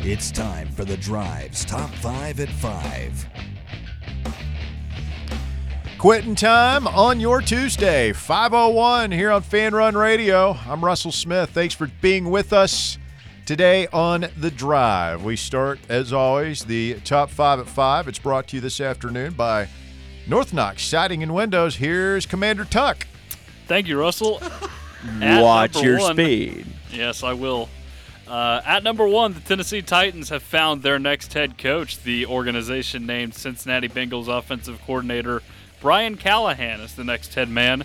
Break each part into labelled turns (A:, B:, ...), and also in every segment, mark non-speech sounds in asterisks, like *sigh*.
A: It's time for the Drive's Top 5 at 5.
B: Quitting time on your Tuesday, 501 here on Fan Run Radio. I'm Russell Smith. Thanks for being with us today on The Drive. We start, as always, the top five at five. It's brought to you this afternoon by North Knox Siding and Windows. Here's Commander Tuck.
C: Thank you,
D: *laughs*
C: Russell. At
E: Watch
C: number
E: your
C: one-
E: speed.
C: Yes, I will. Uh, at number one, the Tennessee Titans have found their next head coach. The organization named Cincinnati Bengals offensive coordinator Brian Callahan as the next head man.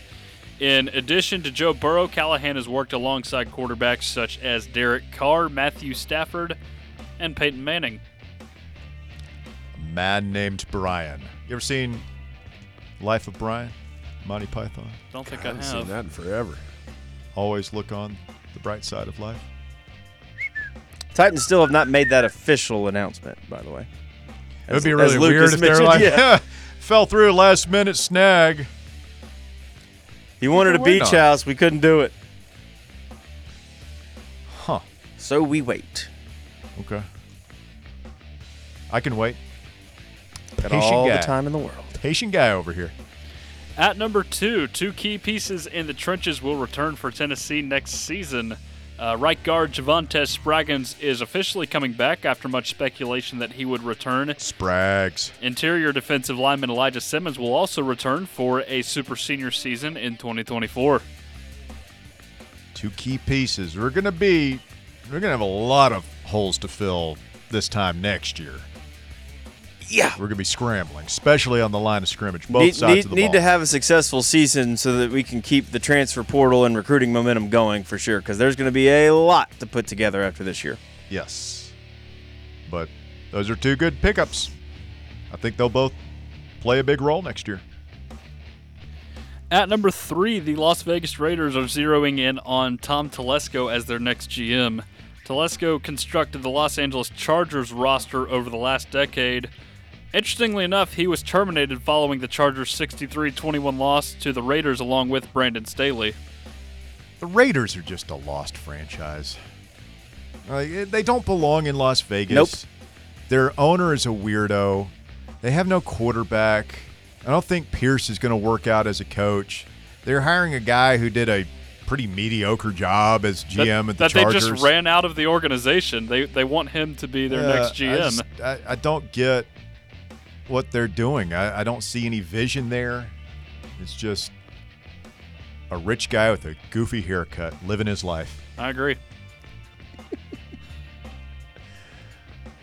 C: In addition to Joe Burrow, Callahan has worked alongside quarterbacks such as Derek Carr, Matthew Stafford, and Peyton Manning.
B: Man named Brian. You ever seen Life of Brian? Monty Python?
C: Don't think
D: I haven't
C: I
D: seen
C: have.
D: that in forever.
B: Always look on the bright side of life.
E: Titans still have not made that official announcement, by the way.
B: It would be
E: As- as
B: really
E: Luke
B: weird
E: just
B: if they're
E: mentioned,
B: like,
E: yeah.
B: *laughs* fell through last minute snag.
E: He wanted
B: *laughs*
E: a
B: Why
E: beach
B: not?
E: house. We couldn't do it.
B: Huh.
E: So we wait.
B: Okay. I can wait. Got
E: Patient
B: all
E: guy.
B: the time
E: in the world.
B: Patient guy over here.
C: At number two, two key pieces in the trenches will return for Tennessee next season. Uh, right guard Javante Spragans is officially coming back after much speculation that he would return.
B: Sprags.
C: Interior defensive lineman Elijah Simmons will also return for a super senior season in 2024.
B: Two key pieces. We're gonna be we're gonna have a lot of holes to fill this time next year.
E: Yeah.
B: We're gonna be scrambling, especially on the line of scrimmage, both
E: need,
B: sides
E: need-
B: of the
E: need
B: ball.
E: to have a successful season so that we can keep the transfer portal and recruiting momentum going for sure because there's going to be a lot to put together after this year.
B: yes. But those are two good pickups. I think they'll both play a big role next year.
C: At number three, the Las Vegas Raiders are zeroing in on Tom Telesco as their next GM. Telesco constructed the Los Angeles Chargers roster over the last decade. Interestingly enough, he was terminated following the Chargers' 63 21 loss to the Raiders along with Brandon Staley.
B: The Raiders are just a lost franchise. Like, eh, they don't belong in Las Vegas. Nope. Their owner is a weirdo. They have no quarterback. I don't think Pierce is going to work out as a coach. They're hiring a guy who did a pretty mediocre job as
C: That-
B: GM at the
C: that
B: Chargers.
C: they just ran out of the organization. They, they want him to be their
B: Yeah,
C: next GM.
B: I, just- I- I don't get what they're doing. I, I don't see any vision there. It's just a rich guy with a goofy haircut living his life.
C: I agree.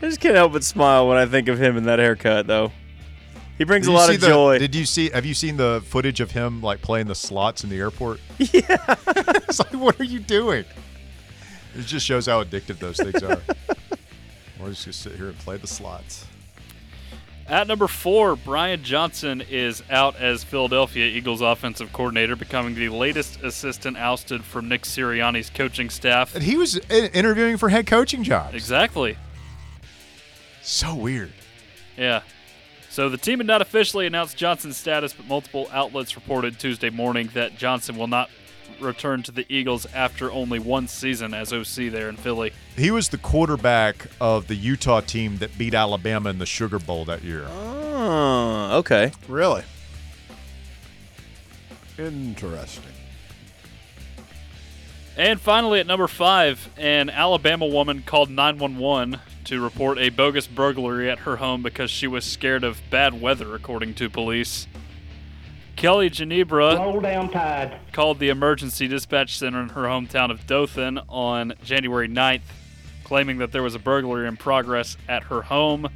E: I just can't help but smile when I think of him in that haircut, though. He brings
B: Did
E: a
B: you
E: lot
B: see
E: of
B: the-
E: joy.
B: Did you see? Have you seen the footage of him like playing the slots in the
E: *laughs*
B: airport? Yeah. *laughs* it's like, what are you doing? It just shows how addictive those things
E: *laughs*
B: are. We're just gonna sit here and play the slots.
C: At number four, Brian Johnson is out as Philadelphia Eagles offensive coordinator, becoming the latest assistant ousted from Nick Sirianni's coaching staff.
B: And he was in- interviewing for head coaching jobs.
C: Exactly.
B: So weird.
C: Yeah. So the team had not officially announced Johnson's status, but multiple outlets reported Tuesday morning that Johnson will not return to the Eagles after only one season as OC there in Philly.
B: He was the quarterback of the Utah team that beat Alabama in the Sugar Bowl that year.
E: oh, okay.
D: Really? Interesting.
C: And finally, at number five, an Alabama woman called 911 to report a bogus burglary at her home because she was scared of bad weather, according to police. Kelly Ginebra
F: Roll down tide.
C: called the emergency dispatch center in her hometown of Dothan on January 9th, claiming that there was a burglary in progress at her home.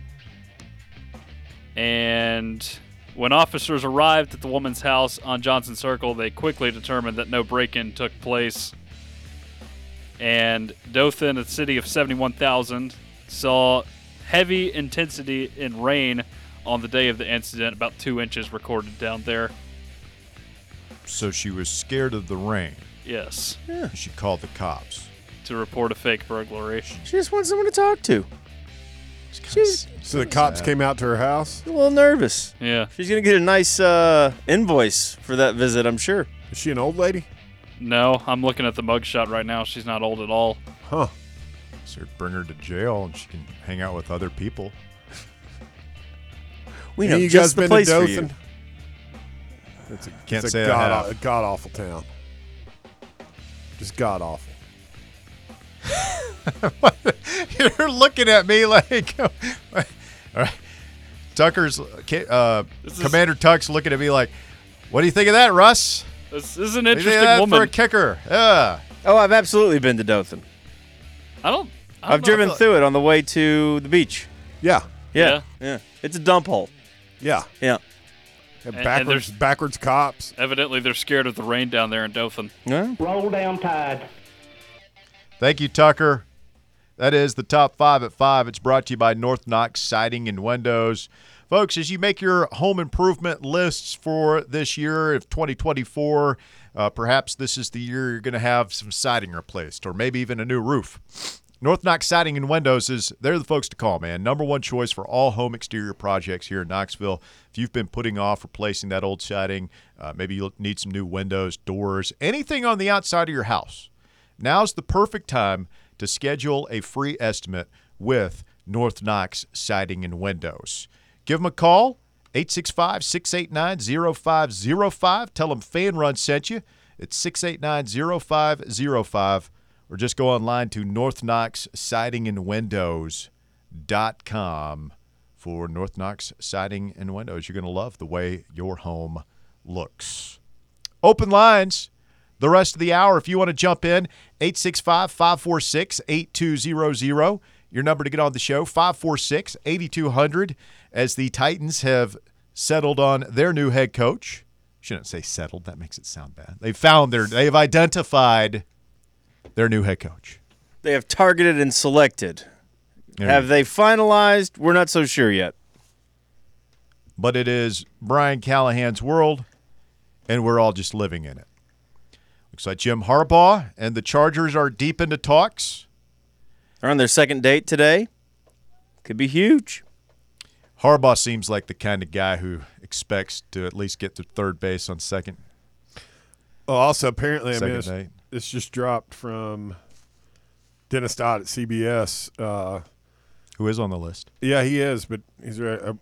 C: And when officers arrived at the woman's house on Johnson Circle, they quickly determined that no break in took place. And Dothan, a city of 71,000, saw heavy intensity in rain on the day of the incident, about two inches recorded down there.
B: So she was scared of the rain.
C: Yes,
B: She called the cops.
C: to report a fake burglary.
E: She just wants someone to talk to. She's
D: So the cops came out to her house.
E: a little nervous.
C: Yeah.
E: She's going to get a nice uh, invoice for that visit, I'm sure.
D: Is she an old lady?
C: No, I'm looking at the mugshot right now. She's not old at all.
D: Huh.
B: So bring her to jail and she can hang out with other people.
E: We
D: Any
E: know
D: of you guys
E: just the
D: been
E: place
D: to
E: for
D: Dothan?
E: you.
D: It's a,
B: Can't
D: it's
B: say I
D: a god,
B: have.
D: a god awful town. Just god awful.
B: *laughs* You're looking at me like, *laughs* all right. Tucker's uh,
C: This is-
B: Commander Tuck's looking at me like, "What do you think of that, Russ?
C: This is an
B: What do you think of
C: interesting
B: that for a
C: woman.
B: kicker." Yeah.
E: Oh, I've absolutely been to Dothan.
C: I don't. Oh, I don't
E: I've
C: know.
E: driven through it on the way to the beach.
D: Yeah,
E: Yeah, yeah. It's a dump hole.
D: yeah.
E: Yeah.
D: And
C: and
D: backwards,
C: there's-
D: backwards cops.
C: Evidently, they're scared of the rain down there in Dothan.
E: No.
F: Roll down tide.
B: Thank you, Tucker. That is the top five at five. It's brought to you by North Knox Siding and Windows. Folks, as you make your home improvement lists for this year, if 2024, uh, perhaps this is the year you're going to have some siding replaced or maybe even a new roof. North Knox Siding and Windows is they're the folks to call, man. Number one choice for all home exterior projects here in Knoxville. If you've been putting off replacing that old siding, uh, maybe you'll need some new windows, doors, anything on the outside of your house. Now's the perfect time to schedule a free estimate with North Knox Siding and Windows. Give them a call, 865 689 0505. Tell them Fan Run sent you. It's 689 0505. Or just go online to North Knox Siding and Windows.com for North Knox Siding and Windows. You're going to love the way your home looks open lines the rest of the hour if you want to jump in 865-546-8200 your number to get on the show 546-8200 as the titans have settled on their new head coach shouldn't say settled that makes it sound bad they found their they've identified their new head coach
E: They have targeted and selected.
B: There you
E: Have they finalized? We're not so sure yet.
B: but it is Brian Callahan's world, and we're all just living in it. Looks like Jim Harbaugh and the Chargers are deep into talks.
E: They're on their second date today. Could be huge.
B: Harbaugh seems like the kind of guy who expects to at least get to third base on second.
D: Oh, also, apparently, I
B: Second
D: mean, it's,
B: date.
D: it's just dropped from Dennis Dodd at CBS. Uh,
B: Who is on the list?
D: yeah, he is, but he's right. Uh,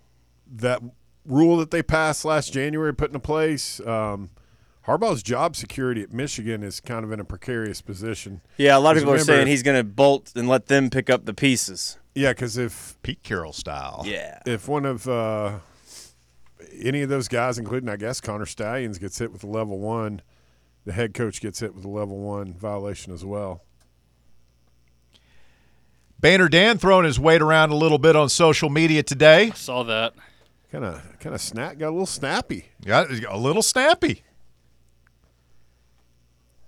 D: that rule that they passed last January put into place. Um, Harbaugh's job security at Michigan is kind of in a precarious position.
E: Yeah, a lot of
D: Because
E: people are
D: remember-
E: saying he's going to bolt and let them pick up the pieces.
D: Yeah, because if
B: Pete Carroll
D: Oh.
B: style.
E: Yeah.
D: if one of uh, any of those guys, including I guess Connor Stallions, gets hit with a level one, the head coach gets hit with a level one violation as well.
B: Banner Dan throwing his weight around a little bit on social media today.
C: Saw that.
D: Kind of kind of snap got a little snappy.
B: Got a little snappy.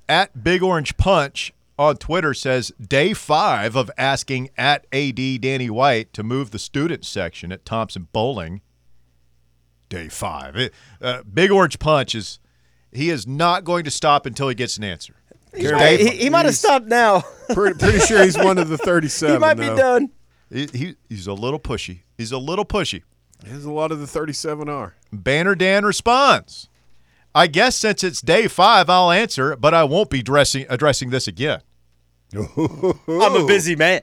B: At Big Orange Punch on Twitter says day five of asking at AD Danny White to move the student section at Thompson Bowling. Day five. It- uh, Big Orange Punch is he is not going to stop until he gets an answer.
E: Hey, he he might have stopped now. *laughs*
D: Pretty, pretty sure he's one of the thirty-seven.
E: he might
D: though.
E: be done.
B: He, he- he's a little pushy. He's a little pushy.
D: There's a lot of the thirty-seven are.
B: Banner Dan responds. I guess since it's day five, I'll answer, but I won't be dressing addressing this again.
E: I'm a busy man.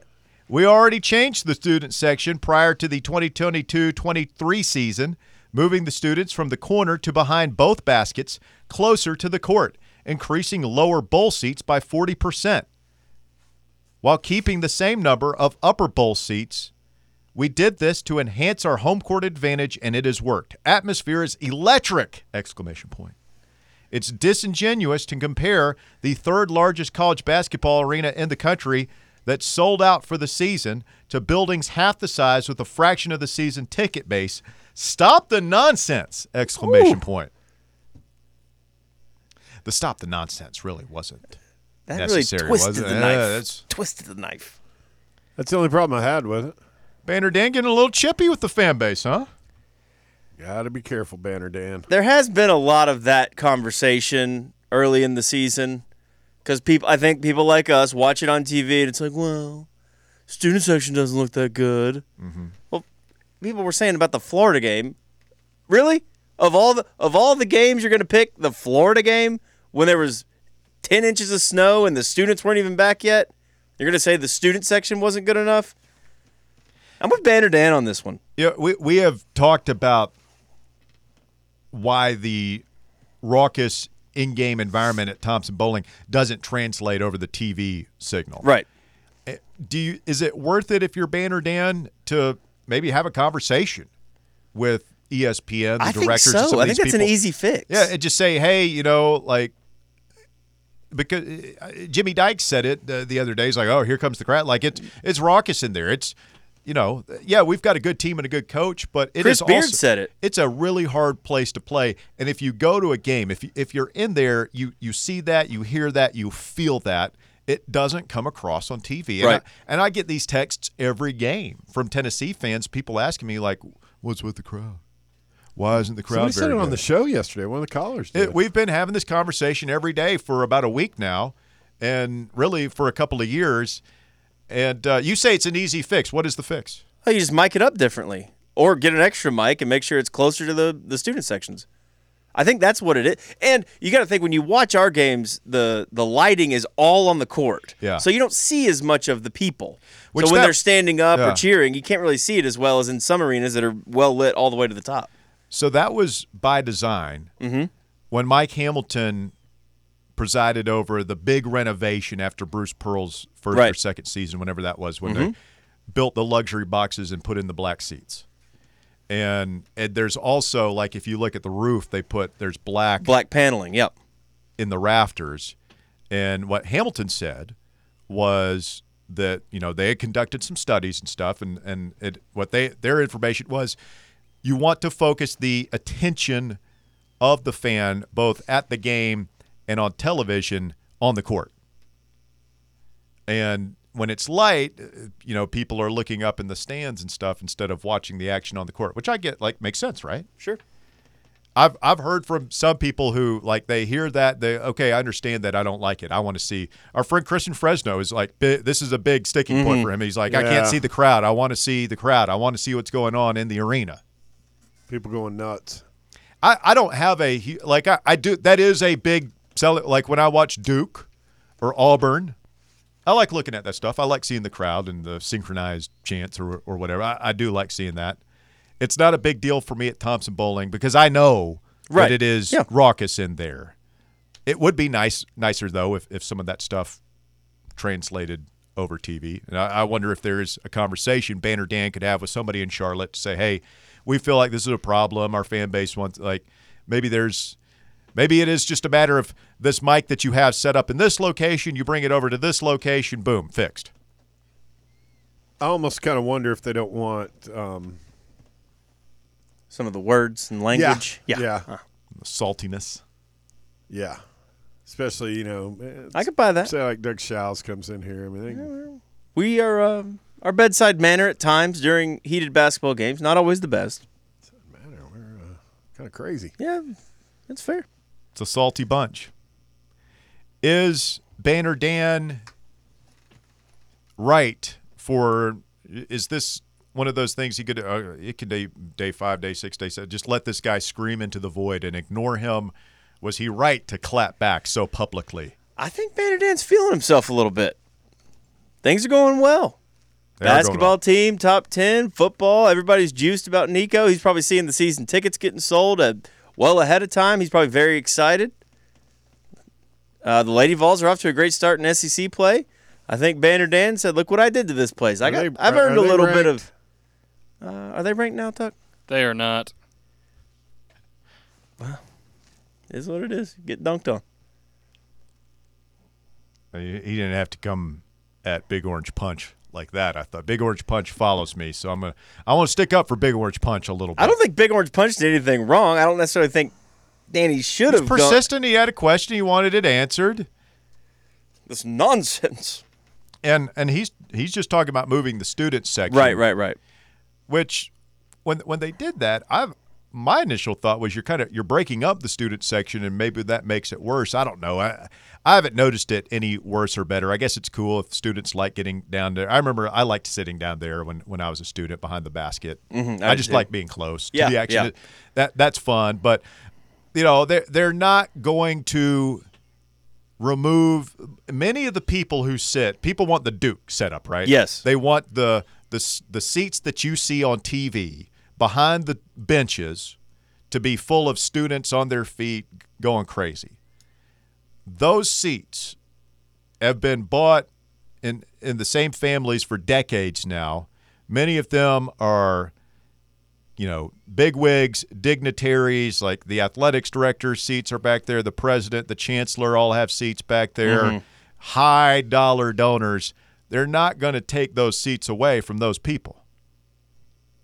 B: We already changed the student section prior to the 2022 23 season, moving the students from the corner to behind both baskets closer to the court, increasing lower bowl seats by 40%. While keeping the same number of upper bowl seats, we did this to enhance our home court advantage and it has worked. Atmosphere is electric! Exclamation point. It's disingenuous to compare the third largest college basketball arena in the country that sold out for the season to buildings half the size with a fraction of the season ticket base. Stop the nonsense! Exclamation point. The stop the nonsense really wasn't.
E: That
B: Necessary,
E: really twisted
B: wasn't it?
E: the
B: Yeah,
E: knife.
B: that's-
E: Twisted the knife.
D: That's the only problem I had with it.
B: Banner Dan getting a little chippy with the fan base, huh?
D: Got to be careful, Banner Dan.
E: There has been a lot of that conversation early in the season because people, I think people like us watch it on TV and it's like, well, student section doesn't look that good.
B: Mm-hmm.
E: Well, people were saying about the Florida game. Really? Of all the of all the games you're going to pick, the Florida game when there was 10 inches of snow and the students weren't even back yet. You're gonna say the student section wasn't good enough. I'm with Banner Dan on this one.
B: Yeah, we we have talked about why the raucous in-game environment at Thompson Bowling doesn't translate over the TV signal.
E: Right.
B: Do you is it worth it if you're Banner Dan to maybe have a conversation with E ESPN, the
E: I think
B: directors? and some
E: so.
B: of
E: I
B: these
E: think that's an
B: people?
E: easy fix.
B: Yeah, and just say, hey, you know, like because uh, Jimmy Dykes said it uh, the other day. He's like, oh, here comes the crowd. Like it's it's raucous in there. It's you know, yeah, we've got a good team and a good coach, but it is
E: Chris Beard
B: also-
E: said it.
B: It's a really hard place to play, and if you go to a game, if you, if you're in there, you you see that, you hear that, you feel that. It doesn't come across on TV, and,
E: Right.
B: I, and I get these texts every game from Tennessee fans. People asking me like, "What's with the crowd? Why isn't the crowd?"
D: Somebody said
B: very
D: it on
B: good?"
D: the show yesterday. One of the callers did.
B: It, we've been having this conversation every day for about a week now, and really for a couple of years. And uh, you say it's an easy fix. What is the fix?
E: Oh, you just mic it up differently, or get an extra mic and make sure it's closer to the the student sections. I think that's what it is. And you got to think when you watch our games, the the lighting is all on the court.
B: Yeah.
E: So you don't see as much of the people.
B: Which
E: so when
B: that-
E: they're standing up
B: Yeah.
E: or cheering, you can't really see it as well as in some arenas that are well lit all the way to the top.
B: So that was by design. When Mike Hamilton presided over the big renovation after Bruce Pearl's first or
E: Right.
B: second season, whenever that was, when they built the luxury boxes and put in the black seats. And, and there's also like if you look at the roof, they put there's black
E: Black paneling. Yep.
B: in the rafters. And what Hamilton said was that you know they had conducted some studies and stuff, and and it, what they their information was, you want to focus the attention of the fan both at the game and on television on the court. And when it's light, uh, you know people are looking up in the stands and stuff instead of watching the action on the court, which I get like makes sense, right?
E: Sure.
B: I've I've heard from some people who like they hear that they okay I understand that I don't like it I want to see our friend Christian Fresno is like bi- this is a big sticking point for him he's like I
D: Yeah.
B: can't see the crowd I want to see the crowd I want to see what's going on in the arena
D: People going nuts.
B: I, I don't have a hu- like I, I do that is a big sell like when I watch Duke or Auburn I like looking at that stuff I like seeing the crowd and the synchronized chants or or whatever I, I do like seeing that it's not a big deal for me at Thompson Bowling because I know
E: Right.
B: that it is
E: Yeah.
B: raucous in there it would be nice nicer though if, if some of that stuff translated over TV. And I, I wonder if there is a conversation Banner Dan could have with somebody in Charlotte to say, "Hey, we feel like this is a problem. Our fan base wants like maybe there's maybe it is just a matter of this mic that you have set up in this location. You bring it over to this location, boom, fixed."
D: I almost kind of wonder if they don't want. Um,
E: Some of the words and
D: yeah,
E: language.
D: yeah,
B: The saltiness.
D: yeah. Especially you know, eh,
E: I could buy that.
D: say like Doug Shouse comes in here. I mean, they-
E: We are uh, our bedside manner at times during heated basketball games. Not always the best.
D: man, we're uh, kind of crazy.
E: Yeah, that's fair.
B: It's a salty bunch. Is Banner Dan right for? Is this one of those things he could? Uh, it could day day five, day six, day seven. Just let this guy scream into the void and ignore him. Was he right to clap back so publicly?
E: I think Banner Dan's feeling himself a little bit. Things are going well.
B: They are going
E: Basketball
B: well.
E: team, top 10, football. Everybody's juiced about Nico. He's probably seeing the season tickets getting sold uh, well ahead of time. He's probably very excited. Uh, the Lady Vols are off to a great start in SEC play. I think Banner Dan said, Look what I did to this place. I
D: Are
E: got,
D: they-
E: I've
D: are-
E: earned
D: are
E: a
D: they
E: little bit
D: ranked?
E: of. Uh, are they ranked now, Tuck?
C: They are not.
E: Is what it is. Get dunked on.
B: Uh, He he didn't have to come at Big Orange Punch like that. I thought Big Orange Punch follows me, so I'm gonna I want to stick up for Big Orange Punch a little bit.
E: I don't think Big Orange Punch did anything wrong. I don't necessarily think Danny should have done
B: persistent. He had a question. He wanted it answered.
E: this nonsense.
B: and and he's he's just talking about moving the student section,
E: *laughs* Right, right, right.
B: Which, when when they did that, I've my initial thought was you're kind of you're breaking up the student section, and maybe that makes it worse. I don't know. I I haven't noticed it any worse or better. I guess it's cool if students like getting down there. I remember I liked sitting down there when when I was a student behind the basket. Mm-hmm, I,
E: I
B: just
E: did.
B: like being close to
E: Yeah,
B: the action.
E: yeah.
B: That that's fun, but you know they are they're not going to remove many of the people who sit. People want the Duke setup, right?
E: Yes.
B: They want the the s- the seats that you see on TV behind the benches to be full of students on their feet going crazy. Those seats have been bought in in the same families for decades now. Many of them are you know, bigwigs, dignitaries, like the athletics director's seats are back there, the president, the chancellor all have seats back there, high dollar donors. They're not going to take those seats away from those people.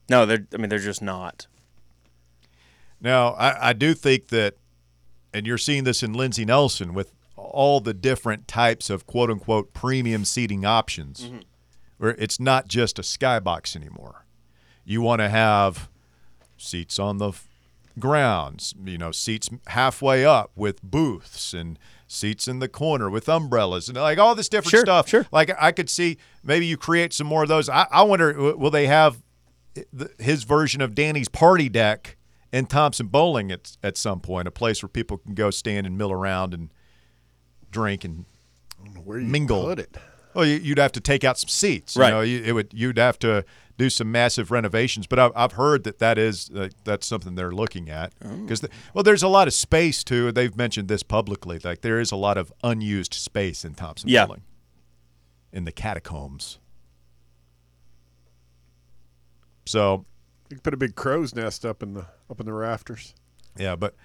E: No, they're. I mean, they're just not.
B: Now, I, I do think that, and you're seeing this in Lindsey Nelson with all the different types of quote unquote premium seating options, where it's not just a skybox anymore. You want to have seats on the f- grounds, you know, seats halfway up with booths and seats in the corner with umbrellas and like all this different
E: Sure,
B: stuff.
E: sure.
B: Like I could see maybe you create some more of those. I, I wonder w- will they have eh, the, his version of Danny's party deck in Thompson Bowling at at some point, a place where people can go stand and mill around and drink and
D: Where you
B: mingle.
D: put it?
B: Well, you- you'd have to take out some seats. You
E: Right.
B: know, you, it would. You'd have to do some massive renovations. But I've, I've heard that that is uh, that's something they're looking at
E: Oh.
B: because well, there's a lot of space too. They've mentioned this publicly. Like there is a lot of unused space in Thompson
E: Yeah.
B: Bowling, in the catacombs. So
D: You could put a big crow's nest up in the up in the rafters.
B: Yeah, but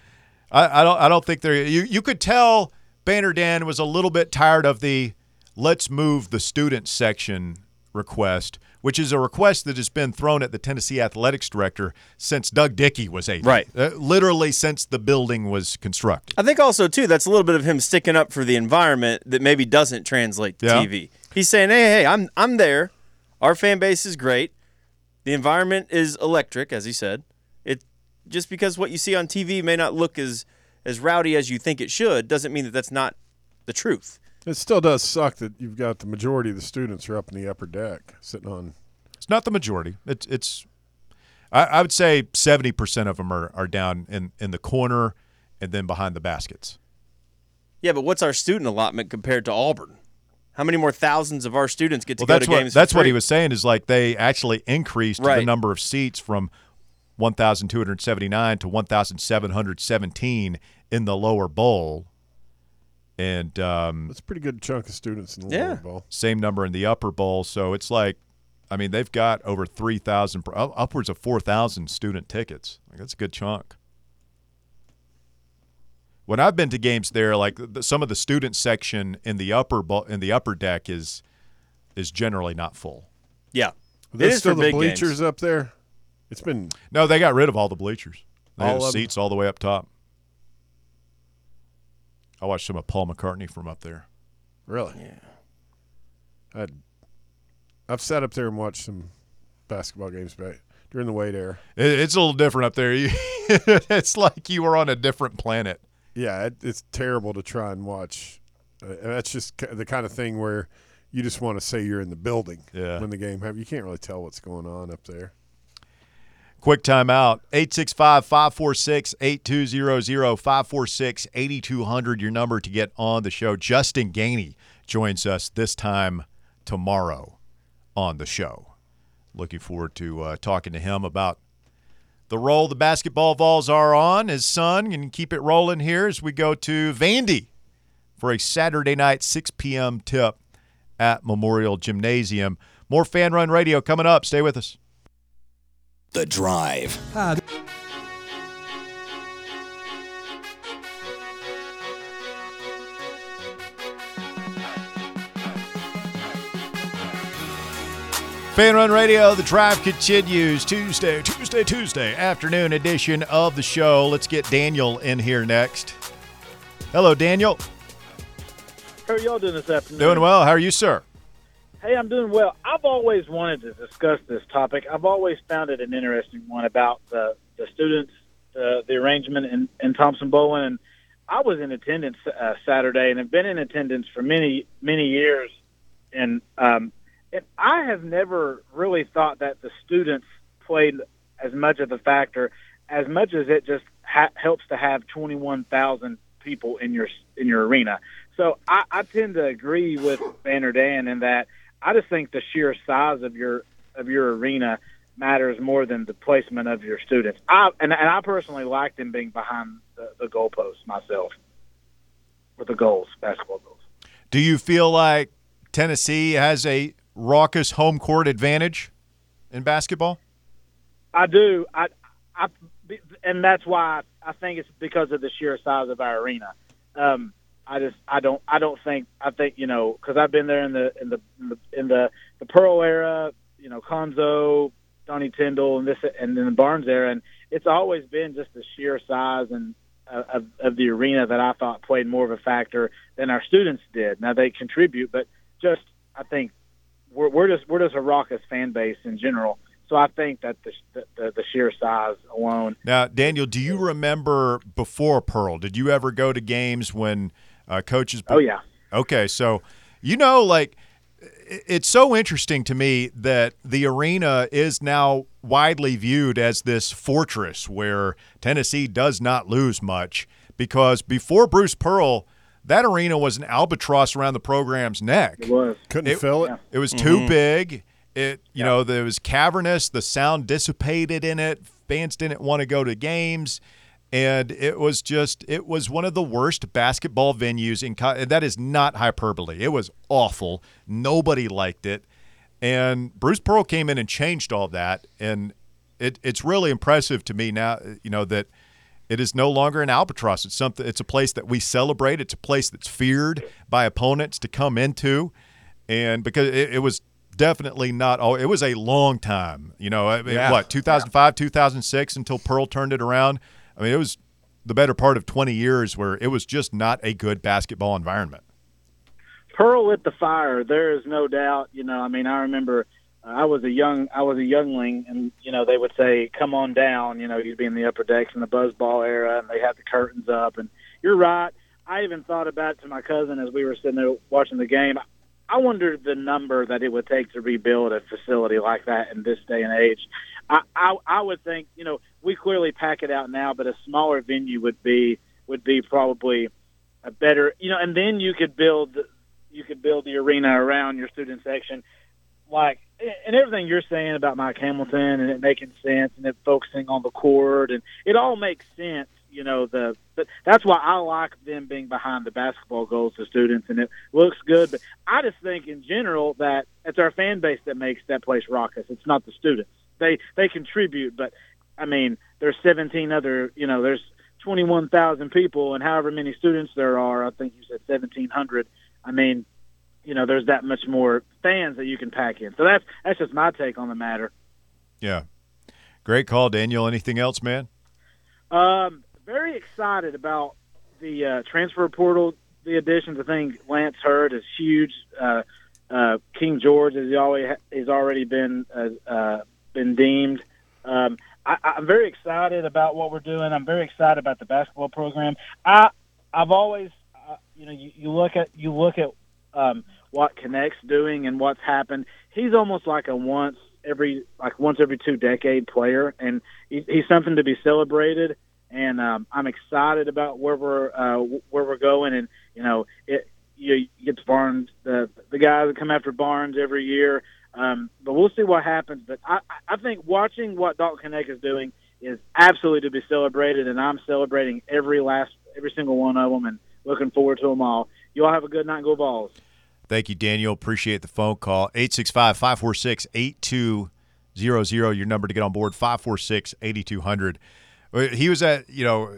B: I, I don't I don't think they're you, you could tell Banner Dan was a little bit tired of the let's move the student section request, which is a request that has been thrown at the Tennessee athletics director since Doug Dickey was AD.
E: Right.
B: Uh, literally since the building was constructed.
E: I think also too that's a little bit of him sticking up for the environment that maybe doesn't translate to
B: Yeah.
E: TV. He's saying, "Hey, hey, I'm I'm there. Our fan base is great. The environment is electric, as he said. It just because what you see on TV may not look as as rowdy as you think it should doesn't mean that that's not the truth.
D: It still does suck that you've got the majority of the students are up in the upper deck sitting on.
B: It's not the majority. It's it's I, I would say seventy percent of them are, are down in, in the corner and then behind the baskets.
E: Yeah, but what's our student allotment compared to Auburn? How many more thousands of our students get to
B: Well,
E: go
B: that's
E: to
B: what
E: games? for
B: that's what
E: free?
B: he was saying is like they actually increased the
E: Right.
B: number of seats from 1,279 to 1,717 in the lower bowl, and um,
D: That's a pretty good chunk of students in the
E: Yeah.
D: lower bowl.
B: same number in the upper bowl. So it's like, I mean, they've got over 3,000, pro- up- upwards of 4,000 student tickets. Like, that's a good chunk. When I've been to games there, like the, some of the student section in the upper bo- in the upper deck is is generally not full.
E: Yeah,
D: Are
E: it
D: there
E: is
D: still
E: for
D: the
E: big
D: bleachers
E: games.
D: up there? It's been
B: No, they got rid of all the bleachers. They
D: All
B: all
D: of 'em?
B: seats all the way up top. I watched some of Paul McCartney from up there.
D: really. Yeah. I'd, I've sat up there and watched some basketball games back during the wait air.
B: It, it's a little different up there. *laughs* You- it's like you were on a different planet.
D: Yeah, it, it's terrible to try and watch. Uh, and that's just ki- the kind of thing where you just want to say you're in the building
B: Yeah.
D: when the game happens. You can't really tell what's going on up there.
B: Quick timeout 865 546 8200 546 8200. Your number to get on the show. Justin Gainey joins us this time tomorrow on the show. Looking forward to uh, talking to him about the roll the basketball balls are on. His son can keep it rolling here as we go to Vandy for a Saturday night 6 p.m. tip at Memorial Gymnasium. More fan run radio coming up. Stay with us.
A: The Drive.
B: Fan Run Radio, the drive continues Tuesday, Tuesday, Tuesday afternoon edition of the show. Let's get Daniel in here next. Hello, Daniel.
F: How are y'all doing this afternoon?
B: Doing well. How are you, sir?
F: Hey, I'm doing well. I've always wanted to discuss this topic. I've always found it an interesting one about the the students, uh, the the arrangement in, in Thompson Bowling. And I was in attendance uh, Saturday, and have been in attendance for many many years. And um, and I have never really thought that the students played as much of the factor as much as it just ha- helps to have 21,000 people in your in your arena. So I, I tend to agree with Banner Dan in that I just think the sheer size of your of your arena matters more than the placement of your students. I and, and I personally like them being behind the, the goalposts myself with the goals, basketball goals.
B: Do you feel like Tennessee has a raucous home court advantage in basketball?
F: I do. I, I, and that's why I think it's because of the sheer size of our arena. Um, I just, I don't, I don't think, I think you know, because I've been there in the in the in the, in the, the Pearl era, you know, Conzo, Donnie Tyndall, and this, and then the Barnes era, and it's always been just the sheer size and uh, of, of the arena that I thought played more of a factor than our students did. Now they contribute, but just I think we're, we're just we're just a raucous fan base in general. So I think that the the, the sheer size alone.
B: Now, Daniel, do you remember before Pearl? Did you ever go to games when uh, coaches?
F: Oh yeah.
B: Okay, so you know, like it's so interesting to me that the arena is now widely viewed as this fortress where Tennessee does not lose much because before Bruce Pearl, that arena was an albatross around the program's neck.
F: It was.
D: Couldn't fill it.
B: It was too big. It you know there was cavernous. The sound dissipated in it. Fans didn't want to go to games, and it was just it was one of the worst basketball venues in. co- That is not hyperbole. It was awful. Nobody liked it, and Bruce Pearl came in and changed all that. And it it's really impressive to me now. You know that. It is no longer an albatross. It's something. It's a place that we celebrate. It's a place that's feared by opponents to come into, and because it, it was definitely not. All, it was a long time. You know, I mean,
D: Yeah.
B: what 2005, 2006 until Pearl turned it around. I mean, it was the better part of 20 years where it was just not a good basketball environment.
F: Pearl lit the fire. There is no doubt. You know, I mean, I remember uh, I was a young I was a youngling, and you know they would say, "Come on down." You know, you'd be in the upper decks in the buzzball era, and they had the curtains up. And you're right. I even thought about it to my cousin as we were sitting there watching the game. I wondered the number that it would take to rebuild a facility like that in this day and age. I, I I would think you know we clearly pack it out now, but a smaller venue would be would be probably a better you know, and then you could build you could build the arena around your student section, like and everything you're saying about Mike Hamilton and it making sense and it focusing on the court and it all makes sense, you know the but that's why I like them being behind the basketball goals to students and it looks good. But I just think in general that it's our fan base that makes that place raucous. It's not the students. They they contribute, but I mean there's 17 other you know there's 21,000 people and however many students there are. I think you said 1,700. I mean, you know, there's that much more fans that you can pack in. So that's that's just my take on the matter.
B: Yeah, great call, Daniel. Anything else, man?
F: Um, very excited about the uh, transfer portal. The additions, I think Lance Hurd is huge. Uh, uh, King George has always has already been uh, uh, been deemed. Um, I, I'm very excited about what we're doing. I'm very excited about the basketball program. I I've always uh, you know you, you look at you look at um, what Connect's doing and what's happened. He's almost like a once every like once every two decade player, and he, he's something to be celebrated. And um, I'm excited about where we're uh, where we're going, and you know it. You, you get to Barnes, the the guys that come after Barnes every year. Um, but we'll see what happens. But I, I I think watching what Dalton Connect is doing is absolutely to be celebrated, and I'm celebrating every last every single one of them, and looking forward to them all. You all have a good night. and Go balls.
B: Thank you, Daniel. Appreciate the phone call. 865 546 8200. Your number to get on board 546 8200. Uh, He was at, you know,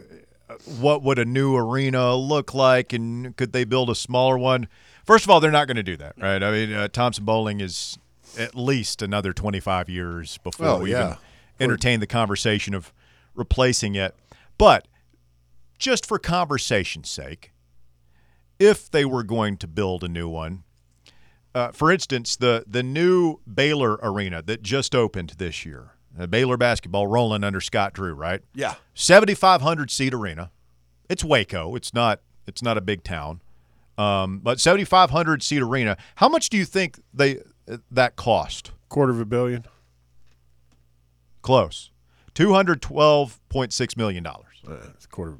B: what would a new arena look like and could they build a smaller one? First of all, they're not going to do that, right? I mean, uh, Thompson Bowling is at least another 25 years before
D: Well,
B: we
D: yeah.
B: even entertain the conversation of replacing it. But just for conversation's sake, if they were going to build a new one. Uh, for instance, the the new Baylor Arena that just opened this year, the Baylor basketball rolling under Scott Drew, right?
D: Yeah.
B: 7,500 seat arena. It's Waco. It's not. It's not a big town, um, but 7,500 seat arena. How much do you think they uh, that cost?
D: Quarter of a billion.
B: Close, two hundred twelve point six million dollars.
D: Uh, it's quarter.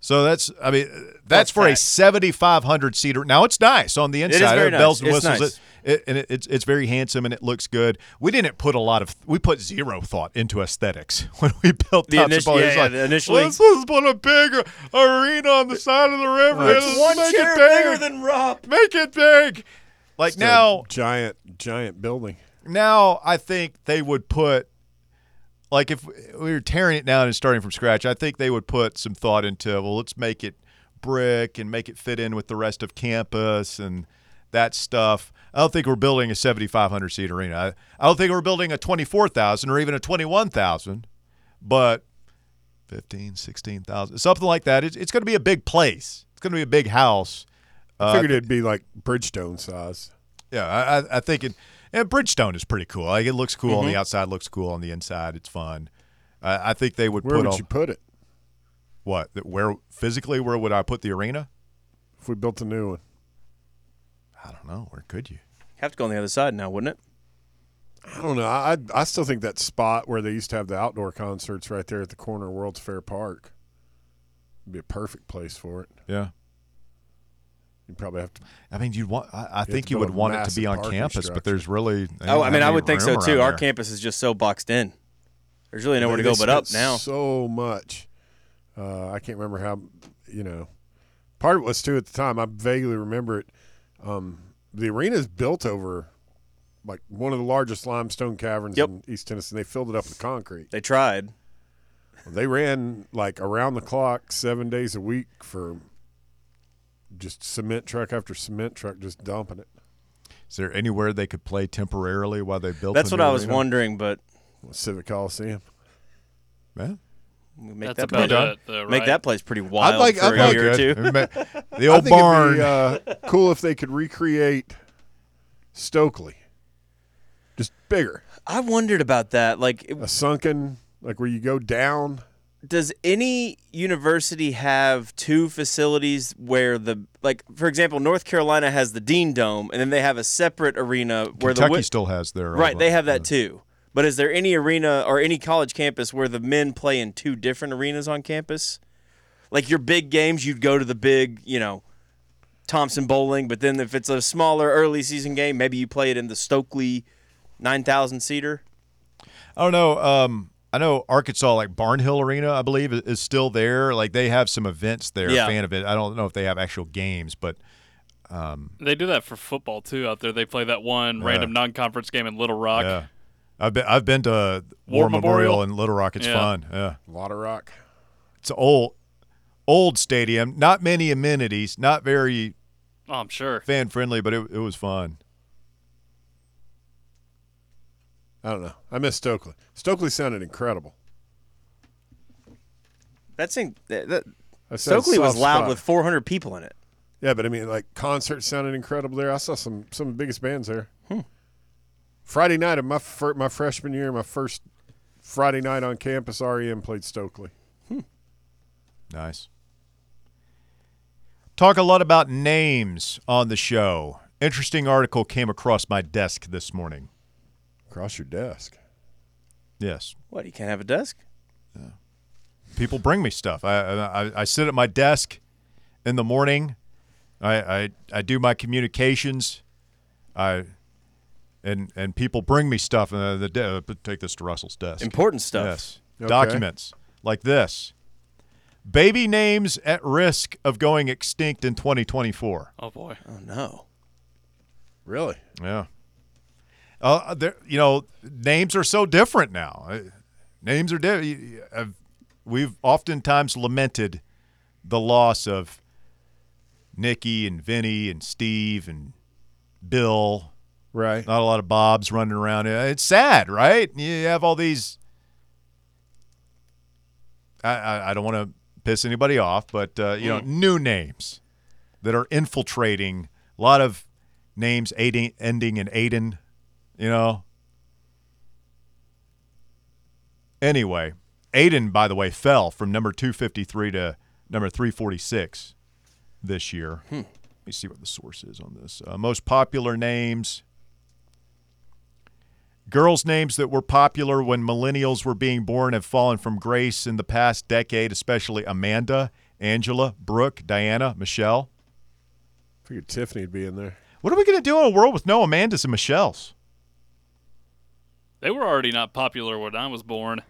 B: So that's, I mean, uh, that's, for a
E: that?
B: 7,500 seater. Now it's nice on the inside.
E: very
B: There are bells and
E: nice. It's
B: whistles,
E: nice.
B: It- it- and it, it's it's very handsome and it looks good. We didn't put a lot of, we put zero thought into aesthetics *laughs* when we built
E: The
B: Top
E: init-
B: Chipotle. It was
E: yeah,
B: like,
E: yeah, initially-
B: Let's just put a big arena on the side of the river. Let's make it bigger.
E: than Rob.
B: make it big. Like
D: It's a
B: now,
D: giant, giant building.
B: now I think they would put like if we were tearing it down and starting from scratch, I think they would put some thought into well, let's make it brick and make it fit in with the rest of campus and that stuff. I don't think we're building a 7,500 seat arena. I, I don't think we're building a 24,000 or even a 21,000, but 15, 16,000, something like that. It's, it's going to be a big place. It's going to be a big house. Uh,
D: I figured it'd be like Bridgestone size.
B: Yeah, I, I- I think it. And Bridgestone is pretty cool. Like it looks cool on the
E: Mm-hmm.
B: outside, looks cool on the inside. It's fun. I I think they would
D: Where
B: put
D: would
B: all-
D: you put it
B: what that- where physically where would I put the arena?
D: if we built a new one?
B: I don't know. Where could you?
E: Have to go on the other side now, wouldn't it?
D: I don't know. I I still think that spot where they used to have the outdoor concerts right there at the corner of World's Fair Park would be a perfect place for it.
B: Yeah.
D: You probably have to.
B: I mean, you'd want. I, I think
D: to
B: you
D: build
B: would
D: a
B: want it to
D: massive
B: be on
D: parking
B: campus,
D: structure.
B: but there's really. they
E: Oh,
B: don't
E: I
B: have
E: mean, I
B: any
E: would think so
B: room
E: too.
B: around
E: Our
B: there.
E: campus is just so boxed in. There's really nowhere to
D: they
E: go but up
D: spent
E: now.
D: So much. Uh, I can't remember how. You know, part of it was too at the time. I vaguely remember it. Um, the arena's built over like one of the largest limestone caverns
E: Yep.
D: in East Tennessee. They filled it up with concrete.
E: They tried.
D: They ran like around the clock, seven days a week for just cement truck after cement truck, just dumping it.
B: Is there anywhere they could play temporarily while they built?
E: That's
B: the
E: what
B: new
E: I was
B: arena?
E: wondering, but
D: Civic Coliseum.
B: Yeah.
E: we make
C: That's
E: that
C: about
E: place,
C: it, though, right?
E: make that place pretty wild
D: like-
E: for
D: I'd
E: a
D: like
E: year or
B: *laughs*
E: two.
B: The
E: *laughs*
D: I
B: old
D: think it'd
B: barn.
D: be uh, *laughs* cool if they could recreate Stokely, just bigger,
E: I wondered about that. Like, it-
D: a sunken like where you go down.
E: does any university have two facilities where the like, for example, North Carolina has the Dean Dome, and then they have a separate arena where
B: Kentucky
E: the wi-
B: still has their
E: right
B: own-
E: they have that too. But is there any arena or any college campus where the men play in two different arenas on campus? Like your big games, you'd go to the big, you know, Thompson Bowling. But then if it's a smaller early season game, maybe you play it in the Stokely nine thousand seater.
B: I don't know. Um, I know Arkansas, like Barnhill Arena, I believe, is, is still there. Like they have some events there,
E: Yeah.
B: fan of it. I don't know if they have actual games, but
C: They do that for football too out there. They play that one random non-conference game in Little Rock.
B: yeah, I've been I've been to War,
C: War
B: Memorial,
C: Memorial?
B: in Little Rock. It's
C: Yeah.
B: fun. Yeah,
D: A lot of rock.
B: it's an old old stadium. Not many amenities. Not very
C: Oh, I'm sure.
B: fan friendly, but it, it was fun.
D: I don't know. I miss Stokely. Stokely sounded incredible.
E: That's in that, that,
D: That sounds
E: Stokely was
D: soft
E: loud
D: spot.
E: with four hundred people in it.
D: Yeah, but I mean, like concerts sounded incredible there. I saw some some of the biggest bands there. Friday night of my fir- my freshman year, my first Friday night on campus, REM played Stokely.
B: Nice. Talk a lot about names on the show. Interesting article came across my desk this morning.
D: Across your desk.
B: Yes,
E: What you can't have a desk?
B: people bring me stuff. I, I I sit at my desk in the morning. I I, I do my communications. I and and people bring me stuff. Uh, the de- uh, take this to Russell's desk.
E: Important stuff.
B: Yes.
D: Okay.
B: Documents like this. Baby names at risk of going extinct in 2024.
C: Oh boy.
E: Oh no.
D: Really?
B: Yeah. Uh, there, you know, names are so different now. Uh, Names are different. We've oftentimes lamented the loss of Nikki and Vinny and Steve and Bill.
D: Right.
B: Not a lot of Bobs running around. Uh, It's sad, right? You have all these. I I, I don't want to piss anybody off, but uh, you know, new names that are infiltrating a lot of names aiding, ending in Aiden. You know. Anyway, Aiden, by the way, fell from number two fifty three to number three forty six this year. Let me see what the source is on this. Uh, most popular names Girls' names that were popular when millennials were being born have fallen from grace in the past decade, especially Amanda, Angela, Brooke, Diana, Michelle.
D: figured Tiffany'd be in there.
B: What are we going to do in a world with no Amandas and Michelles?
C: They were already not popular when I was born.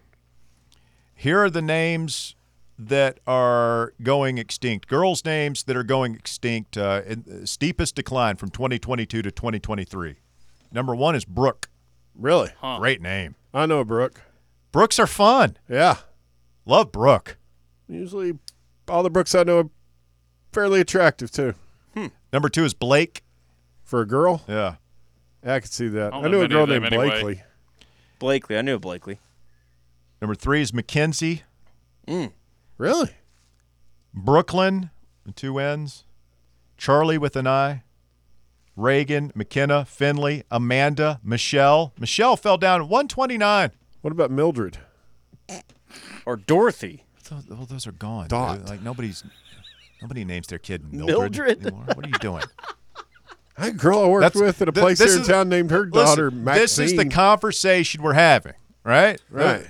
B: Here are the names that are going extinct. Girls' names that are going extinct. Uh, in, steepest decline from 2022 to 2023. Number one is Brooke.
D: Really?
C: Huh.
B: Great name.
D: I know Brooke.
B: Brooks are fun.
D: Yeah.
B: Love Brooke.
D: Usually, all the Brooks I know are fairly attractive too.
B: Number two is Blake.
D: For a girl,
B: Yeah.
D: yeah, I could see that.
C: I
D: I,
C: don't know
D: knew a
C: many
D: girl
C: of them
D: named
C: anyway.
D: Blakely.
E: Blakely, I knew Blakely.
B: Number three is Mackenzie.
D: Really?
B: Brooklyn, the two N's. Charlie with an I. Reagan, McKenna, Finley, Amanda, Michelle. Michelle fell down to 129.
D: What about Mildred?
E: Or *laughs* Dorothy.
B: Those, oh, those are gone. dude.
D: Dot.
B: Like nobody's nobody names their kid Mildred,
E: Mildred.
B: anymore. What are you *laughs* doing?
D: I had a girl I worked
B: That's-
D: with at a
B: th-
D: place
B: this
D: here in
B: is-
D: town named her
B: Listen,
D: daughter Maxine.
B: this is the conversation we're having, right?
D: Right.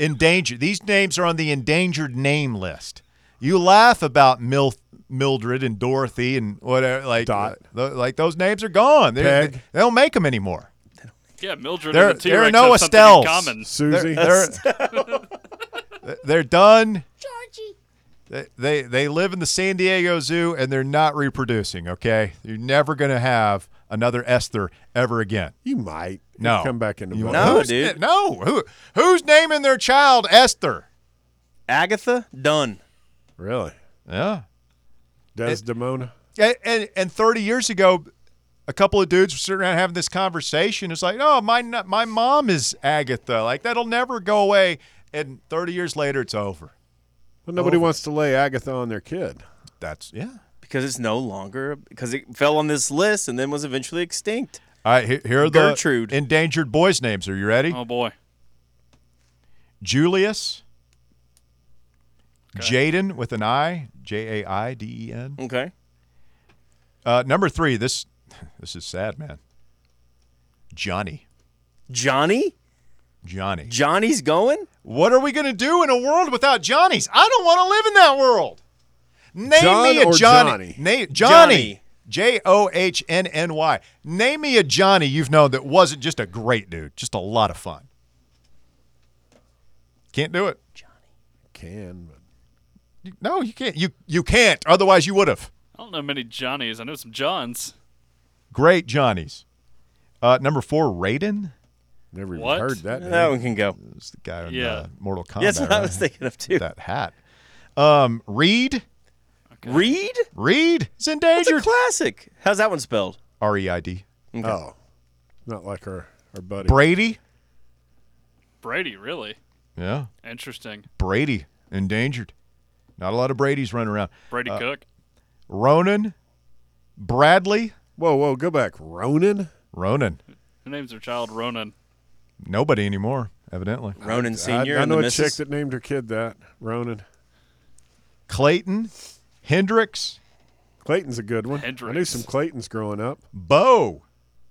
B: Endangered. These names are on the endangered name list. You laugh about Mil- Mildred and Dorothy and whatever, like
D: Dot.
B: th- like those names are gone. They're-
D: Peg.
B: They don't make them anymore.
C: Yeah, Mildred
B: There-
C: and the
B: there are
C: T-Rex
B: no
C: have something in
B: Estelles.
C: common.
D: Susie.
B: They're they're done. Georgie. They, they they live in the San Diego Zoo and they're not reproducing. Okay, you're never gonna have another Esther ever again.
D: you might. You
B: No.
D: Come back into
B: You-
D: my-
E: No,
B: who's-
E: dude.
B: No. Who, who's naming their child Esther?
E: Agatha Dunn.
D: Really?
B: Yeah.
D: Desdemona.
B: And, and, and 30 years ago, a couple of dudes were sitting around having this conversation. It's like, oh, my, n- my mom is Agatha. Like, that'll never go away. And 30 years later, it's over.
D: Well, nobody wants to lay Agatha on their kid.
B: That's, yeah.
E: Because it's no longer because it fell on this list and then was eventually extinct.
B: All right, here, here are the
E: Gertrude.
B: endangered boys' names. Are you ready?
C: Oh boy,
B: Julius, Jaden with an I, J A I D E N.
E: Okay.
B: Uh, number three, this, *laughs* this is sad, man. Johnny.
E: Johnny?
B: Johnny.
E: Johnny's going?
B: What are we going to do in a world without Johnnies? I don't want to live in that world. Name
D: John
B: me a
D: or
B: Johnny.
D: Johnny?
B: Na- Johnny.
E: Johnny.
B: J O H N N Y. Name me a Johnny you've known that wasn't just a great dude, just a lot of fun. Can't do it.
D: Can. but-
B: You- No, you can't. You you can't. Otherwise, you would have.
C: I don't know many Johnnies. I know some Johns.
B: Great Johnnies. Uh, number four, Raiden.
D: Never even
C: What?
D: heard that. name.
E: That one can go.
B: That's the guy in
C: Yeah.
B: uh, Mortal Kombat.
E: *laughs* That's what I
B: right?
E: was thinking of
B: *laughs*
E: too.
B: That hat. Um, Reed.
E: Reed?
B: Reed is
E: That's a
B: endangered.
E: classic. How's that one spelled?
B: R E I D.
D: Oh, not like our our buddy.
B: Brady.
C: Brady, really
B: Yeah.
C: interesting.
B: Brady. Endangered. Not a lot of Brady's running around.
C: Brady Cook.
B: Ronan. Bradley.
D: whoa, whoa, go back. Ronan.
B: Ronan.
C: Who names their child Ronan?
B: Nobody anymore, evidently.
E: Ronan
D: I,
E: Senior.
D: I
E: and
D: know a
E: the
D: chick
E: missus.
D: that named her kid that. Ronan.
B: Clayton. Hendricks.
D: Clayton's a good one. I knew
C: Hendricks.
D: some Claytons growing up.
B: Bo.